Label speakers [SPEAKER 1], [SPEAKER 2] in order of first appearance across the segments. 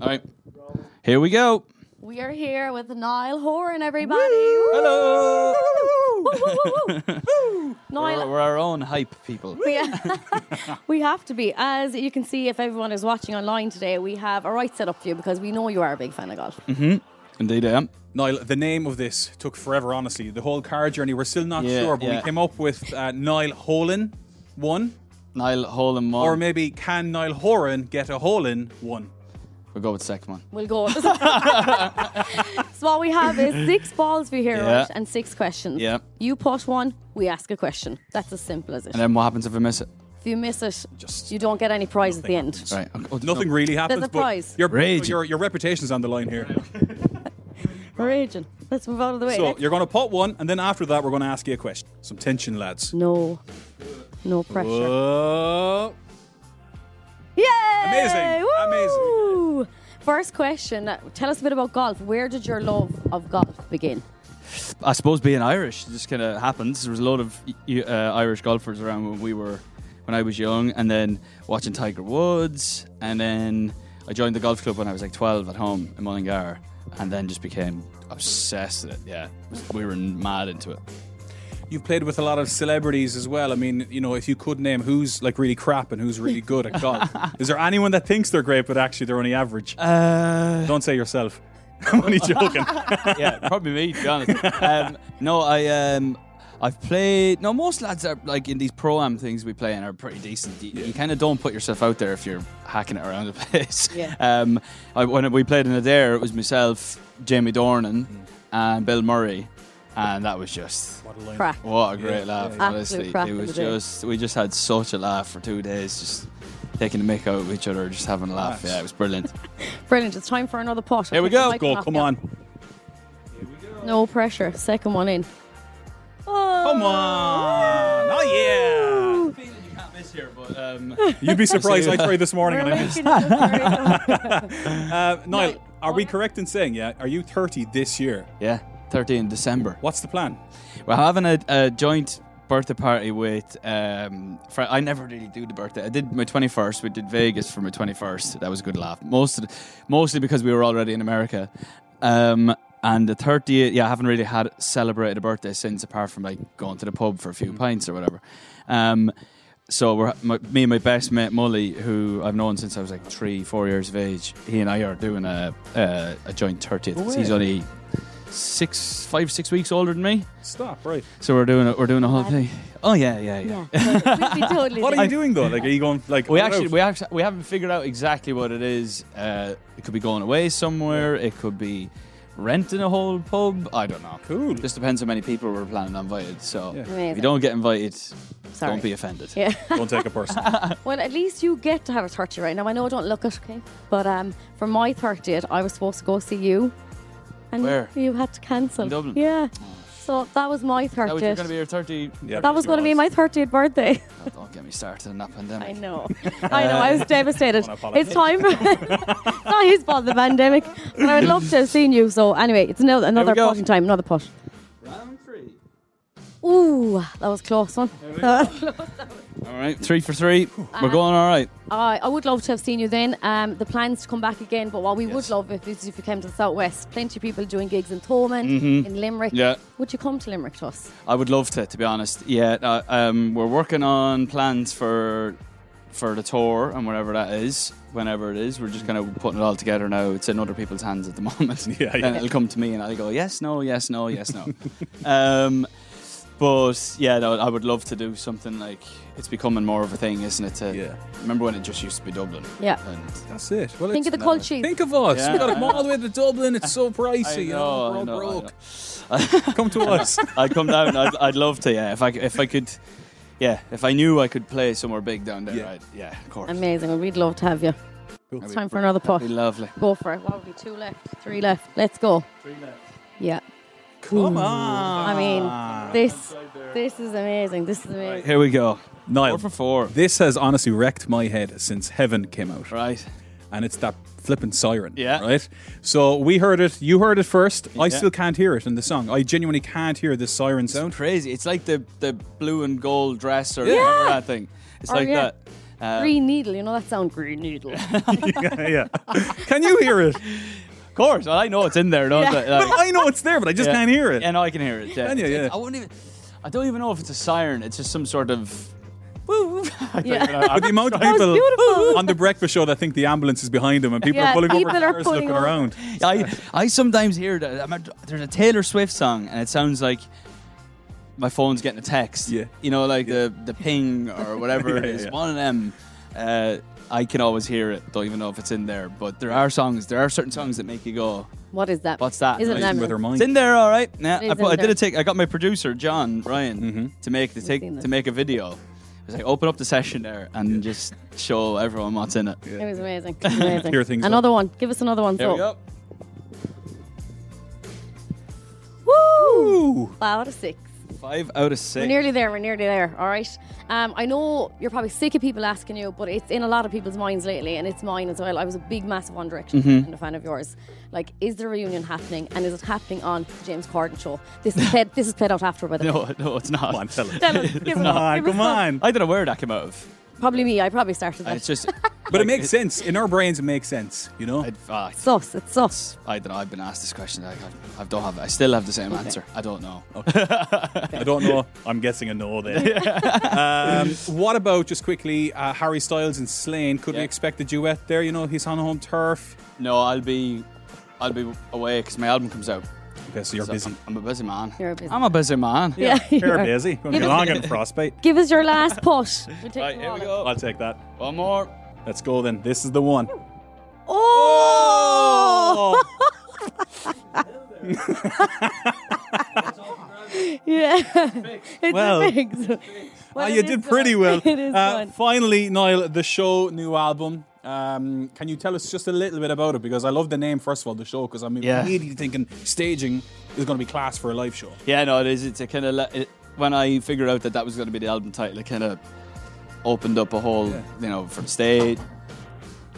[SPEAKER 1] All right. Here we go.
[SPEAKER 2] We are here with Niall Horan, everybody.
[SPEAKER 1] Hello. We're,
[SPEAKER 2] Niall,
[SPEAKER 1] we're our own hype people.
[SPEAKER 2] we, we have to be. As you can see, if everyone is watching online today, we have a right set up for you because we know you are a big fan of golf.
[SPEAKER 1] Mm. Indeed, I am.
[SPEAKER 3] Niall, the name of this took forever, honestly. The whole car journey, we're still not
[SPEAKER 1] Yeah,
[SPEAKER 3] sure, but
[SPEAKER 1] yeah.
[SPEAKER 3] we came up with uh, Niall Holan one,
[SPEAKER 1] Niall Holan one.
[SPEAKER 3] or maybe can Niall Horan get a Holan one?
[SPEAKER 1] We'll go with Seckman.
[SPEAKER 2] We'll go. so what we have is six balls for you here,
[SPEAKER 1] Yeah.
[SPEAKER 2] right, and six questions.
[SPEAKER 1] Yeah.
[SPEAKER 2] You put one, we ask a question. That's as simple as it.
[SPEAKER 1] And then what happens if we miss it?
[SPEAKER 2] if you miss it,
[SPEAKER 3] Just
[SPEAKER 2] you don't get any prize at the end.
[SPEAKER 1] Right. okay. Oh,
[SPEAKER 3] Nothing
[SPEAKER 1] no.
[SPEAKER 3] really happens,
[SPEAKER 2] There's a prize.
[SPEAKER 3] but your,
[SPEAKER 1] Rage.
[SPEAKER 3] your, your reputation's on the line here.
[SPEAKER 2] We're raging. Let's move out of the way.
[SPEAKER 3] So
[SPEAKER 2] Next-
[SPEAKER 3] you're going to pot one, and then after that, we're going to ask you a question. Some tension, lads.
[SPEAKER 2] no, no pressure.
[SPEAKER 3] Whoa.
[SPEAKER 2] Yay!
[SPEAKER 3] Amazing.
[SPEAKER 2] Woo! First question. Tell us a bit about golf. Where did your love of golf begin?
[SPEAKER 1] I suppose being Irish just kind of happens. There was a lot of y- y- uh, Irish golfers around when we were, when I was young, and then watching Tiger Woods, and then I joined the golf club when I was like 12 at home in Mullingar, and then just became obsessed with it. Yeah, It was- we were mad into it.
[SPEAKER 3] You've played with a lot of celebrities as well. I mean, you know, if you could name who's like really crap and who's really good at golf, is there anyone that thinks they're great but actually they're only average?
[SPEAKER 1] Uh,
[SPEAKER 3] Don't say yourself. I'm only joking.
[SPEAKER 1] yeah, probably me to be honest. Um, no, I um, I've played. No, most lads are like in these pro am things we play in are pretty decent. You, you kind of don't put yourself out there if you're hacking it around the place.
[SPEAKER 2] Yeah.
[SPEAKER 1] Um, I, when we played in Adair, it was myself, Jamie Dornan,
[SPEAKER 2] Mm.
[SPEAKER 1] and Bill Murray, and that was just.
[SPEAKER 2] Crack.
[SPEAKER 1] What a great laugh!
[SPEAKER 3] yeah,
[SPEAKER 2] yeah.
[SPEAKER 1] Honestly,
[SPEAKER 2] Absolute crack
[SPEAKER 1] it
[SPEAKER 2] of
[SPEAKER 1] was
[SPEAKER 2] the day.
[SPEAKER 1] just we just had such a laugh for two days, just taking the mick out of each other, just having a laugh.
[SPEAKER 3] Nice.
[SPEAKER 1] Yeah, it was brilliant.
[SPEAKER 2] Brilliant. It's time for another pot.
[SPEAKER 1] Here we
[SPEAKER 2] Take the
[SPEAKER 1] go.
[SPEAKER 2] mic
[SPEAKER 3] Go,
[SPEAKER 2] off
[SPEAKER 3] come
[SPEAKER 2] you.
[SPEAKER 3] on.
[SPEAKER 2] No pressure. Second one in. Oh.
[SPEAKER 3] Come on. Oh,
[SPEAKER 1] you can't miss here, but um,
[SPEAKER 3] yeah. You'd be surprised. I tried this morning
[SPEAKER 2] We're
[SPEAKER 3] and I missed.
[SPEAKER 2] making it look very good.
[SPEAKER 3] Uh, Niall,
[SPEAKER 2] Niall,
[SPEAKER 3] are we
[SPEAKER 2] what?
[SPEAKER 3] correct in saying, yeah, are you 30 this year?
[SPEAKER 1] Yeah, 13 December.
[SPEAKER 3] What's the plan?
[SPEAKER 1] We're having a, a joint birthday party with. Um, fr- I never really do the birthday. I did my 21st. We did Vegas for my 21st. That was a good laugh. Most of the, mostly because we were already in America. Um, and the 30th, yeah, I haven't really had celebrated a birthday since, apart from like going to the pub for a
[SPEAKER 3] Mm-hmm.
[SPEAKER 1] few pints or whatever. Um, so we're my, me and my best mate Mully, who I've known since I was like three, four years of age. He and I are doing a a, a joint 30th.
[SPEAKER 3] No way.
[SPEAKER 1] He's only six, five, six weeks older than me.
[SPEAKER 3] Stop, right.
[SPEAKER 1] So we're doing it. We're doing a whole thing. Oh yeah, yeah, yeah.
[SPEAKER 2] Yeah. We'd be totally
[SPEAKER 3] What are
[SPEAKER 2] doing
[SPEAKER 3] you doing though? Like, are you going like? oh,
[SPEAKER 1] We
[SPEAKER 3] all
[SPEAKER 1] actually,
[SPEAKER 3] out?
[SPEAKER 1] we actually, we haven't figured out exactly what it is. Uh, it could be going away somewhere. It could be renting a whole pub. I don't know.
[SPEAKER 3] Cool.
[SPEAKER 1] Just depends how many people we're planning on invited. So
[SPEAKER 3] Yeah.
[SPEAKER 1] if
[SPEAKER 2] Amazing.
[SPEAKER 1] you don't get invited,
[SPEAKER 2] Sorry.
[SPEAKER 1] don't be offended.
[SPEAKER 2] Yeah.
[SPEAKER 3] Don't take a person.
[SPEAKER 2] Well, at least you get to have a 30 right now. I know I don't look it, okay? But um, for my 30th, I was supposed to go see you. And
[SPEAKER 1] Where?
[SPEAKER 2] You had to cancel.
[SPEAKER 1] In Dublin?
[SPEAKER 2] Yeah. So that was my 30th.
[SPEAKER 1] That was going to be your thirty.
[SPEAKER 3] Yeah.
[SPEAKER 2] That was going to be my 30th birthday.
[SPEAKER 1] Oh, don't get me started on that pandemic.
[SPEAKER 2] I know. I know. I was devastated.
[SPEAKER 3] Wanna apologise.
[SPEAKER 2] It's time. It's not his fault, the pandemic. But I would love to have seen you. So anyway, it's another, another
[SPEAKER 1] go.
[SPEAKER 2] potting time. Another pot.
[SPEAKER 1] Round three.
[SPEAKER 2] Ooh, that was close one.
[SPEAKER 1] All right, three for three.
[SPEAKER 2] Uh-huh.
[SPEAKER 1] We're going all right.
[SPEAKER 2] I I would love to have seen you then. Um, the plans to come back again, but what we would
[SPEAKER 1] Yes.
[SPEAKER 2] love if, is if you came to the southwest. Plenty of people doing gigs in Thomond, in Limerick.
[SPEAKER 1] Yeah.
[SPEAKER 2] Would you come to Limerick to us?
[SPEAKER 1] I would love to, to be honest. Yeah, uh, um, we're working on plans for for the tour and whatever that is, whenever it is. We're just kind of putting it all together now. It's in other people's hands at the moment.
[SPEAKER 3] Yeah, yeah.
[SPEAKER 1] And it'll come to me, and I'll go yes, no, yes, no, yes, no. um, but yeah, no, I would love to do something like it's becoming more of a thing, isn't it? To,
[SPEAKER 3] Yeah.
[SPEAKER 1] Remember when it just used to be Dublin?
[SPEAKER 2] Yeah.
[SPEAKER 1] And
[SPEAKER 3] That's it. Well,
[SPEAKER 2] Think of the
[SPEAKER 3] it's-
[SPEAKER 2] cold cheese.
[SPEAKER 3] Think of us.
[SPEAKER 1] Yeah.
[SPEAKER 3] We got to come all the way to Dublin. It's so pricey. you
[SPEAKER 1] know,
[SPEAKER 3] we're
[SPEAKER 1] I
[SPEAKER 3] all
[SPEAKER 1] know, I
[SPEAKER 3] broke.
[SPEAKER 1] know.
[SPEAKER 3] Come to us.
[SPEAKER 1] I'd come down. I'd, I'd love to. Yeah, if I c- if I could, yeah, if I knew I could play somewhere big down there,
[SPEAKER 3] Yeah.
[SPEAKER 1] I'd, yeah, of course.
[SPEAKER 2] Amazing. Well, we'd love to have you. It's time for another pot.
[SPEAKER 1] That'd be lovely.
[SPEAKER 2] Go for it. What would be two left? Three left. Let's go. Three left. Yeah. Hmm.
[SPEAKER 3] Come on.
[SPEAKER 2] I mean, this this is amazing. This is amazing.
[SPEAKER 1] Here we go.
[SPEAKER 3] Niall,
[SPEAKER 1] Four for four.
[SPEAKER 3] this has honestly wrecked my head since Heaven came out.
[SPEAKER 1] Right.
[SPEAKER 3] and it's that flipping siren.
[SPEAKER 1] Yeah.
[SPEAKER 3] Right? So we heard it, you heard it first. I
[SPEAKER 1] Yeah.
[SPEAKER 3] still can't hear it in the song. I genuinely can't hear this siren sound.
[SPEAKER 1] Crazy. It's like the the blue and gold dress or whatever that thing. It's
[SPEAKER 2] Oh,
[SPEAKER 1] like
[SPEAKER 2] yeah.
[SPEAKER 1] that.
[SPEAKER 3] Uh,
[SPEAKER 2] Green needle, you know that sound? Green needle.
[SPEAKER 3] yeah. Can you hear it?
[SPEAKER 1] Of course. Well, I know it's in there, don't
[SPEAKER 2] Yeah.
[SPEAKER 1] I? Like-
[SPEAKER 3] I know it's there, but I just
[SPEAKER 1] Yeah.
[SPEAKER 3] can't hear it.
[SPEAKER 1] Yeah, no, I can hear it. Yeah.
[SPEAKER 3] Can you?
[SPEAKER 1] It's-
[SPEAKER 3] Yeah.
[SPEAKER 1] I wouldn't even. I don't even know if it's a siren. It's just some sort of. Woo. I don't
[SPEAKER 2] Yeah.
[SPEAKER 1] even know.
[SPEAKER 3] But the amount of
[SPEAKER 2] was
[SPEAKER 3] people
[SPEAKER 2] beautiful.
[SPEAKER 3] on the breakfast show that think the ambulance is behind them and people
[SPEAKER 2] Yeah,
[SPEAKER 3] are pulling
[SPEAKER 2] people
[SPEAKER 3] over
[SPEAKER 2] are
[SPEAKER 3] cars
[SPEAKER 2] pulling
[SPEAKER 3] looking
[SPEAKER 2] over.
[SPEAKER 3] around.
[SPEAKER 1] I I sometimes hear that I'm at- there's a Taylor Swift song and it sounds like my phone's getting a text.
[SPEAKER 3] Yeah.
[SPEAKER 1] You know, like the the ping or whatever it
[SPEAKER 3] Yeah,
[SPEAKER 1] is.
[SPEAKER 3] yeah, yeah.
[SPEAKER 1] One of them. Uh, I can always hear it. Don't even know if it's in there, but there are songs. There are certain songs that make you go,
[SPEAKER 2] What is that?
[SPEAKER 1] What's that?
[SPEAKER 2] Isn't
[SPEAKER 1] Like,
[SPEAKER 2] that
[SPEAKER 3] With her
[SPEAKER 1] "It's in
[SPEAKER 3] mind.
[SPEAKER 1] there, all right." Yeah.
[SPEAKER 2] It is
[SPEAKER 1] I, put,
[SPEAKER 2] in
[SPEAKER 1] I did
[SPEAKER 2] there.
[SPEAKER 1] a take. I got my producer John Ryan
[SPEAKER 3] Mm-hmm.
[SPEAKER 1] to make the
[SPEAKER 2] seen
[SPEAKER 1] take
[SPEAKER 2] this.
[SPEAKER 1] to make a video. It was like open up the session there and just show everyone what's in it.
[SPEAKER 2] It was amazing. amazing.
[SPEAKER 3] Hear things
[SPEAKER 2] another one. Give us another one.
[SPEAKER 1] There
[SPEAKER 2] so.
[SPEAKER 1] we go.
[SPEAKER 2] Woo!
[SPEAKER 3] Ooh.
[SPEAKER 2] Five out of six.
[SPEAKER 1] Five out of
[SPEAKER 2] We're
[SPEAKER 1] six.
[SPEAKER 2] nearly there. We're nearly there. All right. Um, I know you're probably sick of people asking you, but it's in a lot of people's minds lately, and it's mine as well. I was a big, massive One Direction
[SPEAKER 3] Mm-hmm.
[SPEAKER 2] fan and a fan of yours. Like, is the reunion happening, and is it happening on the James Corden show? This is played. this is played out after, by the way.
[SPEAKER 1] no, no, it's not.
[SPEAKER 3] Come on, tell us.
[SPEAKER 2] Tell us, give us-
[SPEAKER 3] Come on,
[SPEAKER 2] give us
[SPEAKER 3] come
[SPEAKER 2] some-
[SPEAKER 3] on.
[SPEAKER 1] I don't know where that came out of.
[SPEAKER 2] Probably me. I probably
[SPEAKER 1] And
[SPEAKER 2] started that.
[SPEAKER 1] It's just.
[SPEAKER 3] But it makes sense. In our brains, it makes sense, you know?
[SPEAKER 1] I'd, ah,
[SPEAKER 2] It's us. It's us.
[SPEAKER 1] I don't know. I've been asked this question. I, I, I don't have. I still have the same answer. I don't know.
[SPEAKER 3] I don't know. I'm guessing a no there. um, what about, just quickly, uh, Harry Styles and Slane? Could we
[SPEAKER 1] Yeah.
[SPEAKER 3] expect a duet there? You know, he's on home turf.
[SPEAKER 1] No, I'll be, I'll be away because my album comes out.
[SPEAKER 3] Okay, so you're
[SPEAKER 1] So
[SPEAKER 3] busy.
[SPEAKER 1] I'm, I'm a busy man.
[SPEAKER 2] You're a busy
[SPEAKER 1] I'm a busy man.
[SPEAKER 2] Yeah.
[SPEAKER 3] You're busy. Going to be
[SPEAKER 2] Give us-
[SPEAKER 3] long in frostbite.
[SPEAKER 2] Give us your last push. We'll take
[SPEAKER 1] Right
[SPEAKER 2] them
[SPEAKER 1] here we go.
[SPEAKER 2] all.
[SPEAKER 3] I'll take that.
[SPEAKER 1] One more.
[SPEAKER 3] Let's go then. This is the one.
[SPEAKER 2] Oh!
[SPEAKER 3] Oh,
[SPEAKER 2] Yeah. it's
[SPEAKER 3] Well.
[SPEAKER 2] a mix. Well,
[SPEAKER 3] Ah,
[SPEAKER 2] it
[SPEAKER 3] you
[SPEAKER 2] is
[SPEAKER 3] did
[SPEAKER 2] done.
[SPEAKER 3] pretty well.
[SPEAKER 2] It is
[SPEAKER 3] Uh,
[SPEAKER 2] done.
[SPEAKER 3] finally, Niall, the show new album. Um, can you tell us just a little bit about it? Because I love the name, first of all, the show, because I'm
[SPEAKER 1] Yeah.
[SPEAKER 3] immediately thinking staging is going to be class for a live show.
[SPEAKER 1] Yeah, no, it is. It's a kind of. It, when I figured out that that was going to be the album title, it kind of opened up a whole, you know, for the stage,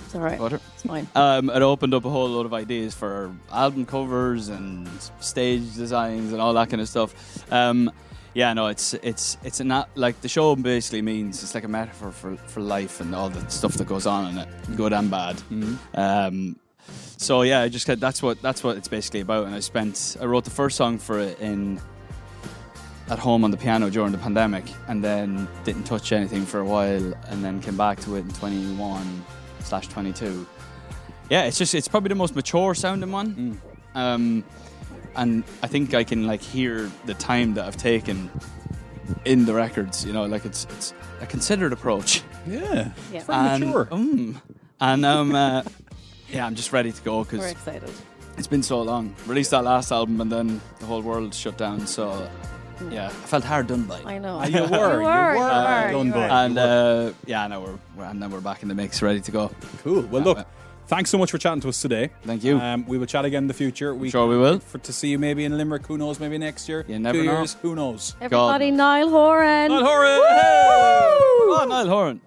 [SPEAKER 2] It's all right.
[SPEAKER 1] Butter.
[SPEAKER 2] It's fine.
[SPEAKER 3] Uh,
[SPEAKER 1] Um, it opened up a whole load of ideas for album covers and stage designs and all that kind of stuff. Um, yeah, no, it's it's it's not like the show basically means it's like a metaphor for, for life and all the stuff that goes on in it, good and bad. Um, so yeah, I just got- that's what that's what it's basically about. And I spent I wrote the first song for it in at home on the piano during the pandemic, and then didn't touch anything for a while, and then came back to it in twenty one slash twenty two. Yeah, it's just it's probably the most mature sounding one,
[SPEAKER 2] Mm.
[SPEAKER 1] um, and I think I can like hear the time that I've taken in the records. You know, like it's it's a considered approach,
[SPEAKER 3] Yeah.
[SPEAKER 2] Yeah.
[SPEAKER 3] It's very
[SPEAKER 1] And-
[SPEAKER 3] mature.
[SPEAKER 1] and um, uh, yeah, I'm just ready to go because
[SPEAKER 2] We're excited.
[SPEAKER 1] it's been so long. Released that last album, and then the whole world shut down. So yeah, I felt hard done by.
[SPEAKER 2] Mm. I know.
[SPEAKER 3] Ah, you were.
[SPEAKER 2] You were. you were,
[SPEAKER 3] done
[SPEAKER 2] you
[SPEAKER 3] by.
[SPEAKER 2] were.
[SPEAKER 1] And uh, yeah, now we're, we're and then we're back in the mix, ready to go.
[SPEAKER 3] Cool. Well, look, thanks so much for chatting to us today.
[SPEAKER 1] Thank you.
[SPEAKER 3] Um, we will chat again in the future. We
[SPEAKER 1] Sure we will.
[SPEAKER 3] For, to see you maybe in Limerick. Who knows? Maybe next year.
[SPEAKER 1] You never
[SPEAKER 3] Two
[SPEAKER 1] know.
[SPEAKER 3] years. Who knows?
[SPEAKER 2] Everybody, Niall Horan.
[SPEAKER 3] Niall Horan!
[SPEAKER 2] Woo!
[SPEAKER 1] Oh, Niall Horan.